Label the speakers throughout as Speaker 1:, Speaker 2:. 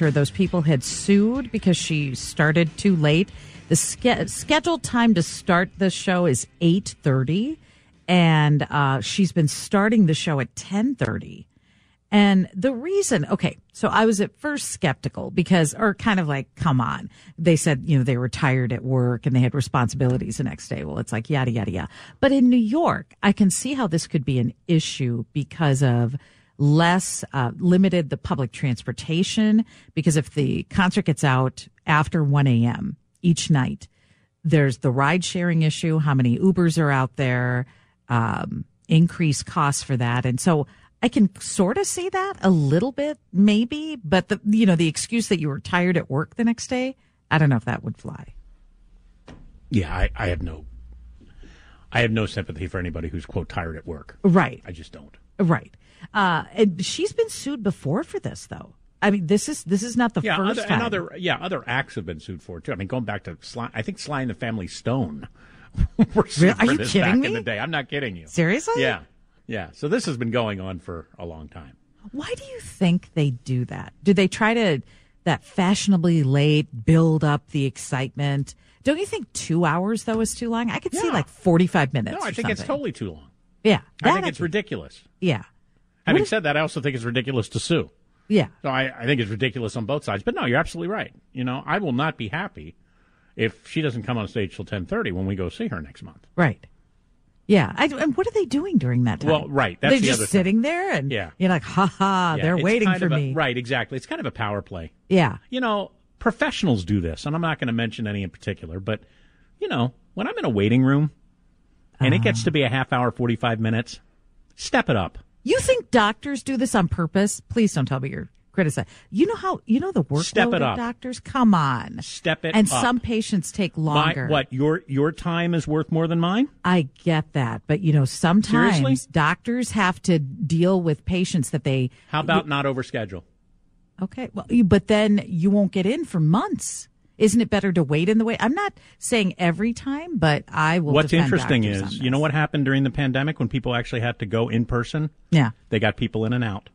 Speaker 1: her those people had sued because she started too late the ske- scheduled time to start the show is 8.30 and uh, she's been starting the show at 10.30 and the reason okay so i was at first skeptical because or kind of like come on they said you know they were tired at work and they had responsibilities the next day well it's like yada yada yada but in new york i can see how this could be an issue because of less uh, limited the public transportation because if the concert gets out after 1 a.m. each night, there's the ride sharing issue, how many Ubers are out there, um, increased costs for that. And so I can sort of see that a little bit, maybe, but the, you know, the excuse that you were tired at work the next day, I don't know if that would fly.
Speaker 2: Yeah, I, I have no, I have no sympathy for anybody who's quote tired at work.
Speaker 1: Right.
Speaker 2: I just don't.
Speaker 1: Right. Uh, and she's been sued before for this, though. I mean, this is this is not the
Speaker 2: yeah,
Speaker 1: first
Speaker 2: other,
Speaker 1: time.
Speaker 2: Other, yeah, other acts have been sued for too. I mean, going back to Sly, I think Sly and the Family Stone were sued
Speaker 1: Are
Speaker 2: for
Speaker 1: you
Speaker 2: this
Speaker 1: kidding
Speaker 2: back
Speaker 1: me?
Speaker 2: in the day. I'm not kidding you.
Speaker 1: Seriously?
Speaker 2: Yeah, yeah. So this has been going on for a long time.
Speaker 1: Why do you think they do that? Do they try to that fashionably late build up the excitement? Don't you think two hours though is too long? I could see
Speaker 2: Yeah.
Speaker 1: like forty five minutes.
Speaker 2: No, I
Speaker 1: or
Speaker 2: think it's
Speaker 1: something.
Speaker 2: totally too long.
Speaker 1: yeah.
Speaker 2: I
Speaker 1: that
Speaker 2: think it's ridiculous.
Speaker 1: yeah,
Speaker 2: Having said that, I also think it's ridiculous to sue.
Speaker 1: yeah.
Speaker 2: So I, I think it's ridiculous on both sides. But no, you're absolutely right. You know, I will not be happy if she doesn't come on stage till 10:30 when we go see her next month.
Speaker 1: Right. Yeah. I, and what are they doing during that time?
Speaker 2: Well, right, that's
Speaker 1: They're
Speaker 2: the
Speaker 1: just
Speaker 2: other thing.
Speaker 1: sitting there and
Speaker 2: Yeah.
Speaker 1: you're like, ha ha,
Speaker 2: Yeah,
Speaker 1: they're
Speaker 2: it's
Speaker 1: waiting
Speaker 2: kind
Speaker 1: for
Speaker 2: of a-
Speaker 1: me.
Speaker 2: Right, exactly. It's kind of a power play.
Speaker 1: Yeah.
Speaker 2: You know, professionals do this, and I'm not going to mention any in particular, but you know, when I'm in a waiting room and it gets to be a half hour, 45 minutes, step it up.
Speaker 1: You think doctors do this on purpose? Please don't tell me you're criticizing. You know how you know the workload
Speaker 2: Step it
Speaker 1: of
Speaker 2: up.
Speaker 1: doctors. Come on,
Speaker 2: Step it
Speaker 1: And
Speaker 2: up.
Speaker 1: some patients take
Speaker 2: My-
Speaker 1: longer.
Speaker 2: what your your time is worth more than mine?
Speaker 1: I get that, but you know sometimes
Speaker 2: Seriously?
Speaker 1: doctors have to deal with patients that they
Speaker 2: How about not overschedule?
Speaker 1: okay. Well, you, but then you won't get in for months. Isn't it better to wait in the wait? I'm not saying every time, but I will.
Speaker 2: What's
Speaker 1: defend
Speaker 2: interesting
Speaker 1: doctors on
Speaker 2: is, you know
Speaker 1: this.
Speaker 2: what happened during the pandemic when people actually had to go in person?
Speaker 1: Yeah,
Speaker 2: They got people in and out.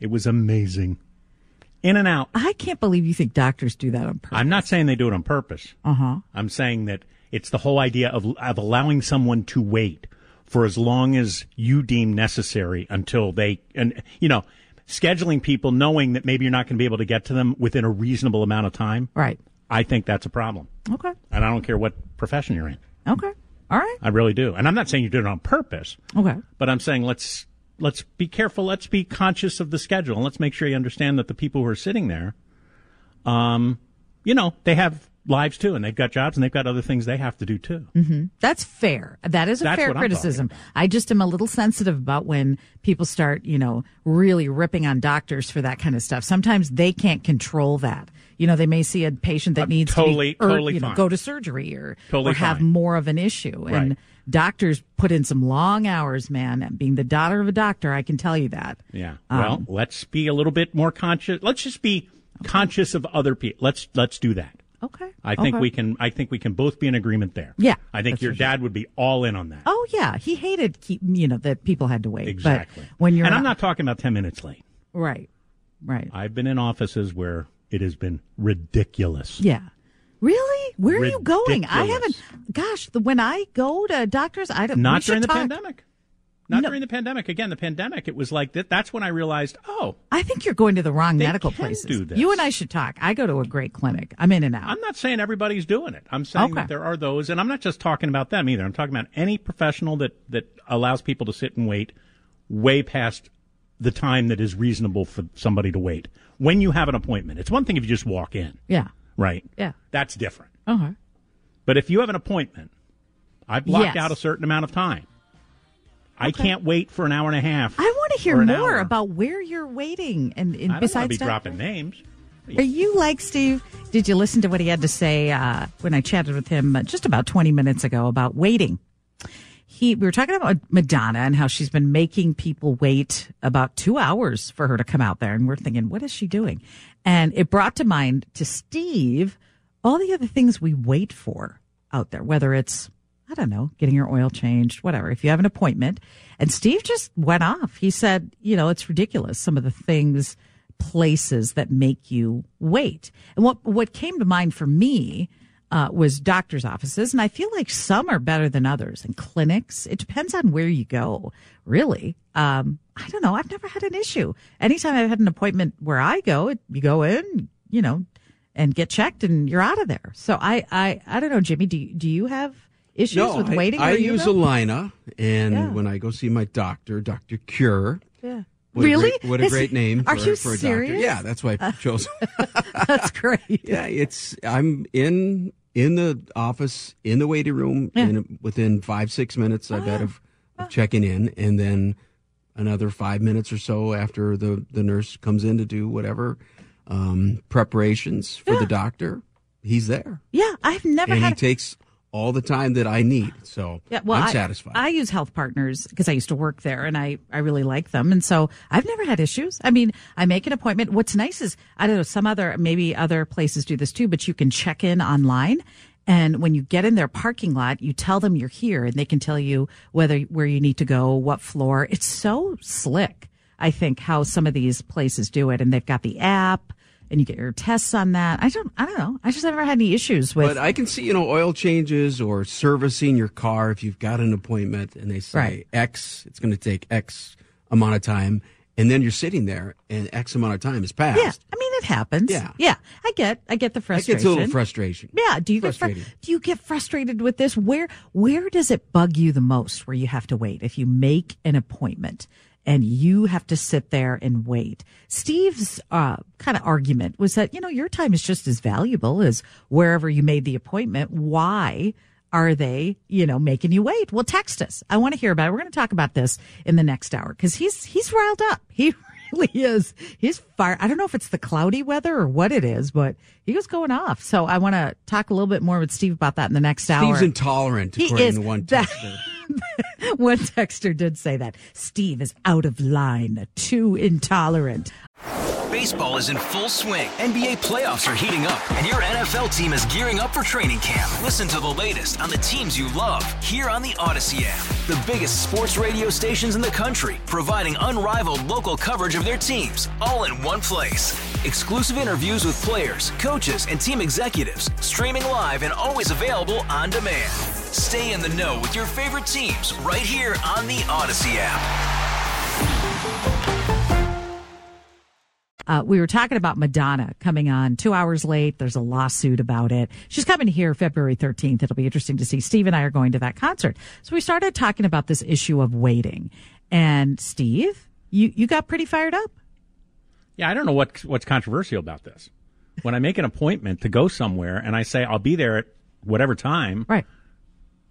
Speaker 2: It was amazing. In and out.
Speaker 1: I can't believe you think doctors do that on purpose.
Speaker 2: I'm not saying they do it on purpose. Uh huh. I'm saying that it's the whole idea of of allowing someone to wait for as long as you deem necessary until they and you know scheduling people knowing that maybe you're not going to be able to get to them within a reasonable amount of time.
Speaker 1: right.
Speaker 2: I think that's a problem,
Speaker 1: Okay.
Speaker 2: and I don't care what profession you're in.
Speaker 1: Okay. All right.
Speaker 2: I really do, and I'm not saying you did it on purpose,
Speaker 1: Okay.
Speaker 2: but I'm saying let's let's be careful. Let's be conscious of the schedule, and let's make sure you understand that the people who are sitting there, um, you know, they have lives too, and they've got jobs, and they've got other things they have to do too.
Speaker 1: Mm-hmm. That's fair. That is a
Speaker 2: That's
Speaker 1: fair
Speaker 2: what I'm
Speaker 1: criticism. I just am a little sensitive about when people start, you know, really ripping on doctors for that kind of stuff. Sometimes they can't control that. You know, they may see a patient that needs
Speaker 2: Uh, totally-
Speaker 1: to be, or,
Speaker 2: totally
Speaker 1: you know,
Speaker 2: fine.
Speaker 1: go to surgery or,
Speaker 2: Totally
Speaker 1: or have
Speaker 2: fine.
Speaker 1: more of an issue. And
Speaker 2: Right.
Speaker 1: doctors put in some long hours, man. And being the daughter of a doctor, I can tell you that.
Speaker 2: Yeah.
Speaker 1: Um,
Speaker 2: well, let's be a little bit more conscious. Let's just be conscious of other people. Let's let's do that.
Speaker 1: Okay.
Speaker 2: I think
Speaker 1: Okay.
Speaker 2: we can. I think we can both be in agreement there.
Speaker 1: Yeah,
Speaker 2: I think
Speaker 1: that's
Speaker 2: your
Speaker 1: for
Speaker 2: dad would be all in on that.
Speaker 1: Oh yeah, he hated keep, you know that people had to wait.
Speaker 2: exactly.
Speaker 1: But when you're
Speaker 2: and I'm not talking about ten minutes late.
Speaker 1: right, right.
Speaker 2: I've been in offices where it has been ridiculous.
Speaker 1: Yeah. Really? Where are you going? I haven't.
Speaker 2: Ridiculous.
Speaker 1: Gosh, the, when I go to doctors, I don't. we
Speaker 2: Not
Speaker 1: should
Speaker 2: during the
Speaker 1: talk.
Speaker 2: pandemic. Not
Speaker 1: No.
Speaker 2: during the pandemic. Again, the pandemic. It was like that. That's when I realized. Oh,
Speaker 1: I think you're going to the wrong
Speaker 2: They
Speaker 1: medical
Speaker 2: can
Speaker 1: places.
Speaker 2: do this.
Speaker 1: You and I should talk. I go to a great clinic. I'm in and out.
Speaker 2: I'm not saying everybody's doing it. I'm saying
Speaker 1: Okay.
Speaker 2: that there are those, and I'm not just talking about them either. I'm talking about any professional that that allows people to sit and wait way past the time that is reasonable for somebody to wait. When you have an appointment, it's one thing if you just walk in,
Speaker 1: yeah.
Speaker 2: right?
Speaker 1: Yeah.
Speaker 2: That's different.
Speaker 1: Okay.
Speaker 2: But if you have an appointment, I blocked
Speaker 1: Yes.
Speaker 2: out a certain amount of time. I can't wait for an hour and a half.
Speaker 1: I want to
Speaker 2: or
Speaker 1: hear
Speaker 2: an
Speaker 1: more
Speaker 2: hour.
Speaker 1: about where you're waiting and, and
Speaker 2: I don't want
Speaker 1: besides
Speaker 2: to be
Speaker 1: doctor-
Speaker 2: dropping names.
Speaker 1: Are you like Steve? Did you listen to what he had to say uh, when I chatted with him uh, just about 20 minutes ago about waiting? He, we were talking about Madonna and how she's been making people wait about two hours for her to come out there. And we're thinking, what is she doing? And it brought to mind to Steve all the other things we wait for out there, whether it's, I don't know, getting your oil changed, whatever, if you have an appointment. And Steve just went off. He said, you know, it's ridiculous. Some of the things, places that make you wait. And what, what came to mind for me, uh, was doctor's offices. And I feel like some are better than others and clinics. It depends on where you go, really. Um, I don't know. I've never had an issue. Anytime I've had an appointment where I go, it, you go in, you know, and get checked and you're out of there. So I, I, I don't know, Jimmy, do, you- do you have issues
Speaker 3: no,
Speaker 1: with
Speaker 3: I-
Speaker 1: waiting?
Speaker 3: I,
Speaker 1: where you
Speaker 3: use
Speaker 1: go?
Speaker 3: Alina, and
Speaker 1: Yeah.
Speaker 3: when I go see my doctor, Doctor Cure.
Speaker 1: Yeah.
Speaker 3: What
Speaker 1: really?
Speaker 3: A great, what a
Speaker 1: Is-
Speaker 3: great name!
Speaker 1: Are
Speaker 3: for,
Speaker 1: you
Speaker 3: for a
Speaker 1: serious? Uh.
Speaker 3: doctor. Yeah, that's why I chose.
Speaker 1: That's great.
Speaker 3: yeah, it's I'm in in the office in the waiting room
Speaker 1: Yeah. Oh,
Speaker 3: in, within five six minutes. I've had of, of checking in, and then another five minutes or so after the the nurse comes in to do whatever um, preparations for the doctor. He's there,
Speaker 1: Yeah, I've never
Speaker 3: and
Speaker 1: had.
Speaker 3: he takes all the time that I need. So
Speaker 1: yeah, well,
Speaker 3: I'm
Speaker 1: I-
Speaker 3: satisfied.
Speaker 1: I use Health Partners because I used to work there, and I I really like them, and so I've never had issues. I mean, I make an appointment. What's nice is I don't know some other maybe other places do this too, but you can check in online. And when you get in their parking lot, you tell them you're here and they can tell you whether where you need to go, what floor. It's so slick. I think how some of these places do it and they've got the app and you get your tests on that. I don't, I don't know. I just never had any issues with
Speaker 3: But I can see, you know, oil changes or servicing your car if you've got an appointment and they say
Speaker 1: Right.
Speaker 3: X, it's going to take X amount of time. And then you're sitting there and X amount of time has passed.
Speaker 1: Yeah, I mean it happens.
Speaker 3: Yeah.
Speaker 1: yeah, I get, I get the
Speaker 3: That
Speaker 1: frustration.
Speaker 3: gets a little frustration.
Speaker 1: Yeah, do you get fr-
Speaker 3: Frustrating.
Speaker 1: do you get frustrated with this? Where where does it bug you the most? Where you have to wait if you make an appointment and you have to sit there and wait. Steve's uh, kind of argument was that you know your time is just as valuable as wherever you made the appointment. Why? Are they, you know, making you wait? Well, text us. I want to hear about it. We're going to talk about this in the next hour because he's he's riled up. He really is. He's fire. I don't know if it's the cloudy weather or what it is, but he was going off. So I want to talk a little bit more with Steve about that in the next hour.
Speaker 3: Steve's intolerant,
Speaker 1: He
Speaker 3: according
Speaker 1: is
Speaker 3: to one
Speaker 1: that-
Speaker 3: texter.
Speaker 1: One texter did say that Steve is out of line, too intolerant.
Speaker 4: Baseball is in full swing. NBA playoffs are heating up, and your NFL team is gearing up for training camp. Listen to the latest on the teams you love here on the Odyssey app. The biggest sports radio stations in the country, providing unrivaled local coverage of their teams, all in one place. Exclusive interviews with players, coaches, and team executives, streaming live and always available on demand. Stay in the know with your favorite teams right here on the Odyssey app.
Speaker 1: Uh, we were talking about Madonna coming on two hours late. There's a lawsuit about it. She's coming here February 13th. It'll be interesting to see. Steve and I are going to that concert. So we started talking about this issue of waiting. And Steve, you, you got pretty fired up.
Speaker 2: Yeah, I don't know what what's controversial about this. When I make an appointment to go somewhere and I say I'll be there at whatever time,
Speaker 1: Right.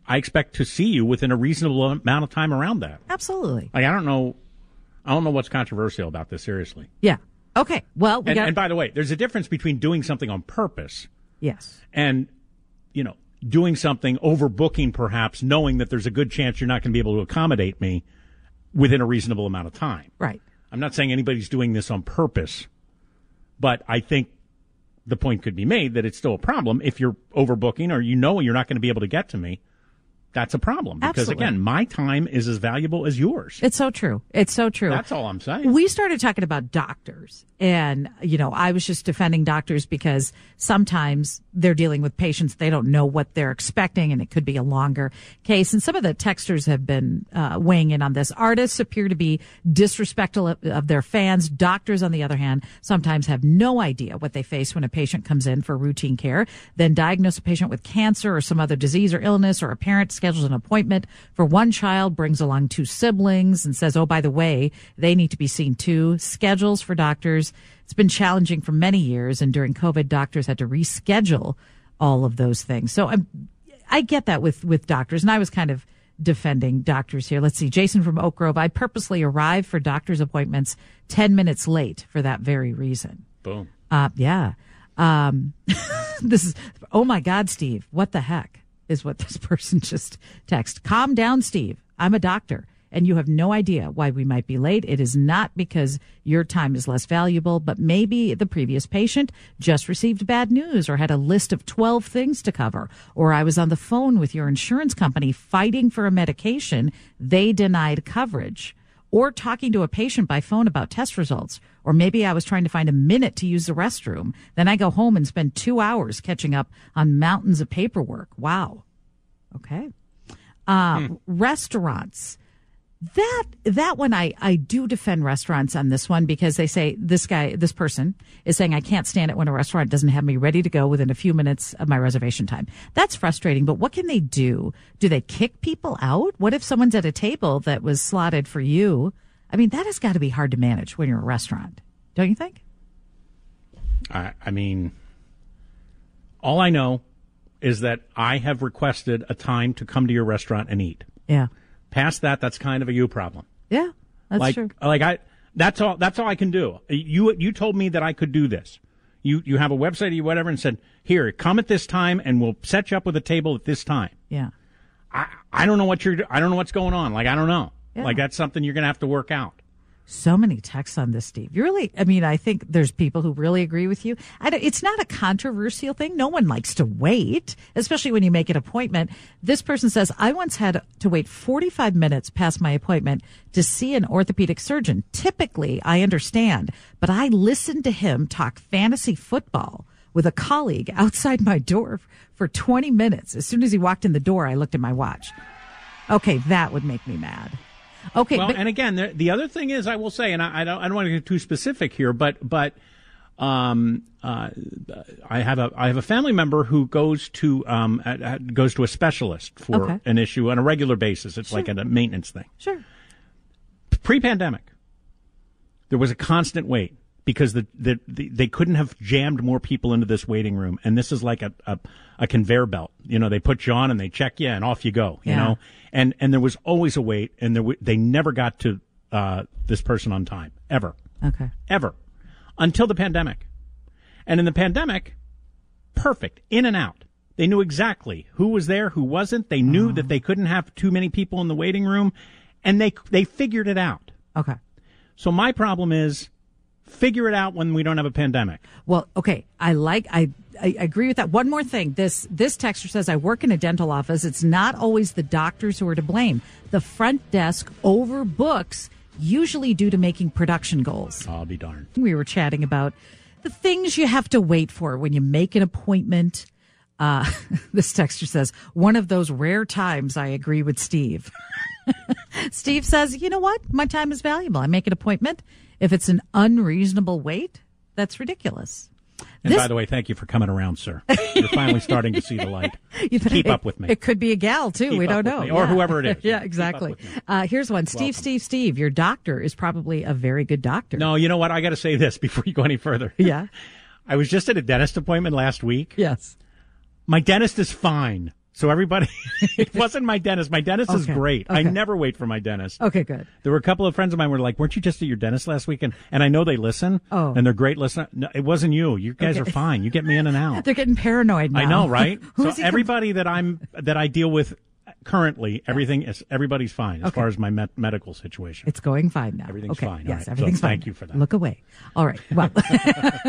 Speaker 2: I expect to see you within a reasonable amount of time around that.
Speaker 1: Absolutely.
Speaker 2: Like I don't know, I don't know what's controversial about this. Seriously,
Speaker 1: Yeah. Okay. Well, we
Speaker 2: and,
Speaker 1: got.
Speaker 2: and by the way, there's a difference between doing something on purpose
Speaker 1: yes.
Speaker 2: and you know doing something overbooking, perhaps knowing that there's a good chance you're not going to be able to accommodate me within a reasonable amount of time.
Speaker 1: Right.
Speaker 2: I'm not saying anybody's doing this on purpose, but I think the point could be made that it's still a problem if you're overbooking or you know you're not going to be able to get to me. That's a problem because
Speaker 1: Absolutely.
Speaker 2: again, my time is as valuable as yours.
Speaker 1: It's so true. It's so true.
Speaker 2: That's all I'm saying.
Speaker 1: We started talking about doctors and, you know, I was just defending doctors because sometimes they're dealing with patients. They don't know what they're expecting and it could be a longer case. And some of the texters have been uh, weighing in on this. Artists appear to be disrespectful of, of their fans. Doctors, on the other hand, sometimes have no idea what they face when a patient comes in for routine care, then diagnose a patient with cancer or some other disease or illness, or a parent schedules an appointment for one child, brings along two siblings, and says, oh, by the way, they need to be seen too. Schedules for doctors. It's been challenging for many years, and during COVID, doctors had to reschedule all of those things. So I'm, I get that with, with doctors, and I was kind of defending doctors here. Let's see. Jason from Oak Grove. I purposely arrived for doctor's appointments 10 minutes late for that very reason.
Speaker 2: Boom.
Speaker 1: Uh, yeah. Um, this is, oh my God, Steve, what the heck is what this person just texted. Calm down, Steve. I'm a doctor and you have no idea why we might be late. It is not because your time is less valuable, but maybe the previous patient just received bad news or had a list of 12 things to cover, or I was on the phone with your insurance company fighting for a medication they denied coverage. Or talking to a patient by phone about test results. Or maybe I was trying to find a minute to use the restroom. Then I go home and spend two hours catching up on mountains of paperwork. Wow. Okay. Um, Restaurants that that one I, I do defend restaurants on this one because they say this guy this person is saying I can't stand it when a restaurant doesn't have me ready to go within a few minutes of my reservation time. That's frustrating, but what can they do? Do they kick people out? What if someone's at a table that was slotted for you? I mean, that has got to be hard to manage when you're a restaurant, don't you think?
Speaker 2: I, I mean, all I know is that I have requested a time to come to your restaurant and eat.
Speaker 1: Yeah,
Speaker 2: Past that, that's kind of a you problem.
Speaker 1: yeah, that's
Speaker 2: like,
Speaker 1: true.
Speaker 2: like I, that's all. That's all I can do. You, you told me that I could do this. You, you have a website or you whatever, and said, here, come at this time, and we'll set you up with a table at this time.
Speaker 1: Yeah,
Speaker 2: I, I don't know what you're. do- I don't know what's going on. Like I don't know.
Speaker 1: Yeah.
Speaker 2: Like that's something you're gonna have to work out.
Speaker 1: so many texts on this, Steve. You really, I mean, I think there's people who really agree with you. I don't, it's not a controversial thing. No one likes to wait, especially when you make an appointment. This person says, I once had to wait 45 minutes past my appointment to see an orthopedic surgeon. Typically, I understand, but I listened to him talk fantasy football with a colleague outside my door for 20 minutes. As soon as he walked in the door, I looked at my watch. Okay, that would make me mad. Okay,
Speaker 2: Well,
Speaker 1: but-
Speaker 2: and again, the, the other thing is, I will say, and I, I don't, I don't want to get too specific here, but but um, uh, I have a I have a family member who goes to um, uh, uh, goes to a specialist for
Speaker 1: Okay.
Speaker 2: an issue on a regular basis. It's like a maintenance thing.
Speaker 1: sure.
Speaker 2: Pre-pandemic, there was a constant wait because the, the, the they couldn't have jammed more people into this waiting room, and this is like a, a a conveyor belt. You know, they put you on and they check you, and off you go. You
Speaker 1: Yeah.
Speaker 2: know, and and there was always a wait, and there w- they never got to uh, this person on time ever
Speaker 1: Okay.
Speaker 2: ever until the pandemic. And in the pandemic, perfect, in and out. They knew exactly who was there, who wasn't. They knew that they couldn't have too many people in the waiting room and they they figured it out.
Speaker 1: Okay.
Speaker 2: So my problem is figure it out when we don't have a pandemic.
Speaker 1: Well, okay. I like I, I agree with that. One more thing. This this texter says I work in a dental office. It's not always the doctors who are to blame. The front desk overbooks usually due to making production goals.
Speaker 2: I'll be darned.
Speaker 1: We were chatting about the things you have to wait for when you make an appointment. Uh, this texter says, one of those rare times I agree with Steve. Steve says, you know what? My time is valuable. I make an appointment. If it's an unreasonable wait, that's ridiculous.
Speaker 2: And
Speaker 1: This-
Speaker 2: by the way, thank you for coming around, sir. You're finally starting to see the light.
Speaker 1: You know,
Speaker 2: Keep
Speaker 1: it-
Speaker 2: up with me.
Speaker 1: It could be a gal too.
Speaker 2: Keep
Speaker 1: we don't
Speaker 2: up
Speaker 1: know,
Speaker 2: with me, or whoever it is. Keep
Speaker 1: yeah,
Speaker 2: up
Speaker 1: exactly.
Speaker 2: with me.
Speaker 1: Uh, here's one: Steve, Steve, Steve. Your doctor is probably a very good doctor.
Speaker 2: No, you know what? I got to say this before you go any further.
Speaker 1: Yeah.
Speaker 2: I was just at a dentist appointment last week.
Speaker 1: Yes.
Speaker 2: My dentist is fine. So everybody, it wasn't my dentist. My dentist is
Speaker 1: Okay.
Speaker 2: great. I
Speaker 1: Okay.
Speaker 2: never wait for my dentist.
Speaker 1: Okay. Good.
Speaker 2: There were a couple of friends of mine were like, "Weren't you just at your dentist last week?" And, and I know they listen,
Speaker 1: Oh.
Speaker 2: and they're great listeners. No, it wasn't you. You guys are fine. You get me in and out.
Speaker 1: They're getting paranoid now.
Speaker 2: I know, right?
Speaker 1: Who's
Speaker 2: so
Speaker 1: he com-
Speaker 2: everybody that I'm that I deal with currently, everything is everybody's fine as far as my met- medical situation.
Speaker 1: It's going fine now.
Speaker 2: Everything's
Speaker 1: okay.
Speaker 2: fine. All
Speaker 1: Yes,
Speaker 2: right. So
Speaker 1: everything's fine.
Speaker 2: thank you for that.
Speaker 1: Look away. All right. Well,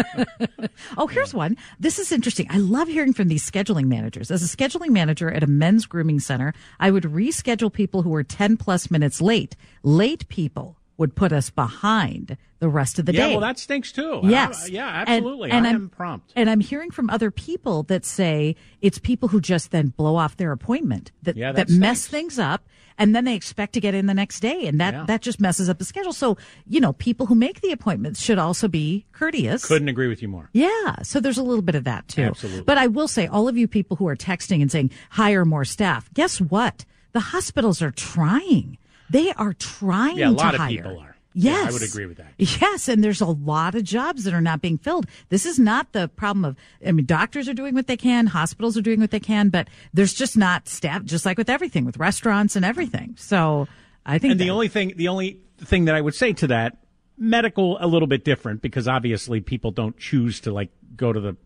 Speaker 1: oh, here's one. This is interesting. I love hearing from these scheduling managers. As a scheduling manager at a men's grooming center, I would reschedule people who were 10 plus minutes late. Late people would put us behind the rest of the
Speaker 2: yeah,
Speaker 1: day.
Speaker 2: well, that stinks too.
Speaker 1: Yes.
Speaker 2: I- Uh, yeah,
Speaker 1: And-
Speaker 2: absolutely.
Speaker 1: and
Speaker 2: I
Speaker 1: I'm-
Speaker 2: am prompt.
Speaker 1: And I'm hearing from other people that say it's people who just then blow off their appointment that
Speaker 2: Yeah,
Speaker 1: that,
Speaker 2: that
Speaker 1: mess
Speaker 2: stinks.
Speaker 1: things up and then they expect to get in the next day and that
Speaker 2: Yeah.
Speaker 1: that just messes up the schedule. So, you know, people who make the appointments should also be courteous.
Speaker 2: Couldn't agree with you more.
Speaker 1: Yeah. So there's a little bit of that too.
Speaker 2: Absolutely.
Speaker 1: But I will say, all of you people who are texting and saying hire more staff, guess what? The hospitals are trying. They are trying
Speaker 2: Yeah, a
Speaker 1: to
Speaker 2: lot of
Speaker 1: hire.
Speaker 2: people are.
Speaker 1: Yes.
Speaker 2: Yeah, I would agree with that.
Speaker 1: Yes. And there's a lot of jobs that are not being filled. This is not the problem of, I mean, doctors are doing what they can, hospitals are doing what they can, but there's just not staff, just like with everything, with restaurants and everything. So I think
Speaker 2: And the
Speaker 1: that-
Speaker 2: only thing, the only thing that I would say to that medical a little bit different because obviously people don't choose to like go to the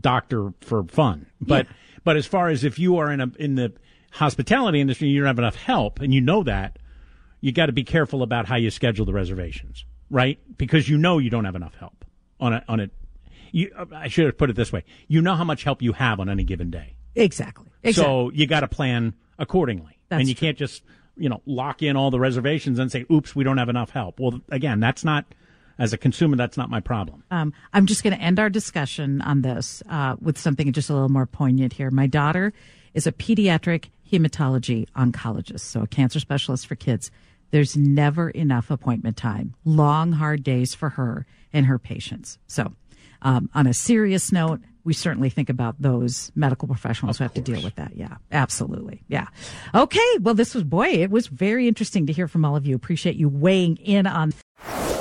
Speaker 2: doctor for fun. But but as far as if you are in a in the hospitality industry, you don't have enough help, and you know that you got to be careful about how you schedule the reservations, right? Because you know you don't have enough help on a on a. You, I should have put it this way: you know how much help you have on any given day.
Speaker 1: Exactly. exactly.
Speaker 2: So you got to plan accordingly.
Speaker 1: That's
Speaker 2: and you can't just, you know, lock in all the reservations and say, oops, we don't have enough help. Well, again, that's not, as a consumer, that's not my problem.
Speaker 1: Um, I'm just going to end our discussion on this uh, with something just a little more poignant here. My daughter is a pediatric hematology oncologist, so a cancer specialist for kids. There's never enough appointment time, long, hard days for her and her patients. So, um, on a serious note, we certainly think about those medical professionals who have to deal with that. Yeah, absolutely. Yeah. Okay. Well, this was, boy, it was very interesting to hear from all of you. Appreciate you weighing in on.